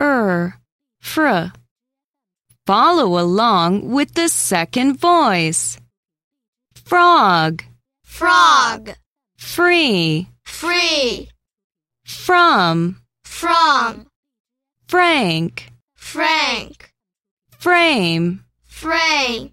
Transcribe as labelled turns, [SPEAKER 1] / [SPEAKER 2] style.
[SPEAKER 1] er, fr. Follow along with the second voice. Frog,
[SPEAKER 2] frog,
[SPEAKER 1] free,
[SPEAKER 2] free,
[SPEAKER 1] from,
[SPEAKER 2] from,
[SPEAKER 1] frank,
[SPEAKER 2] frank,
[SPEAKER 1] frame.
[SPEAKER 2] frame.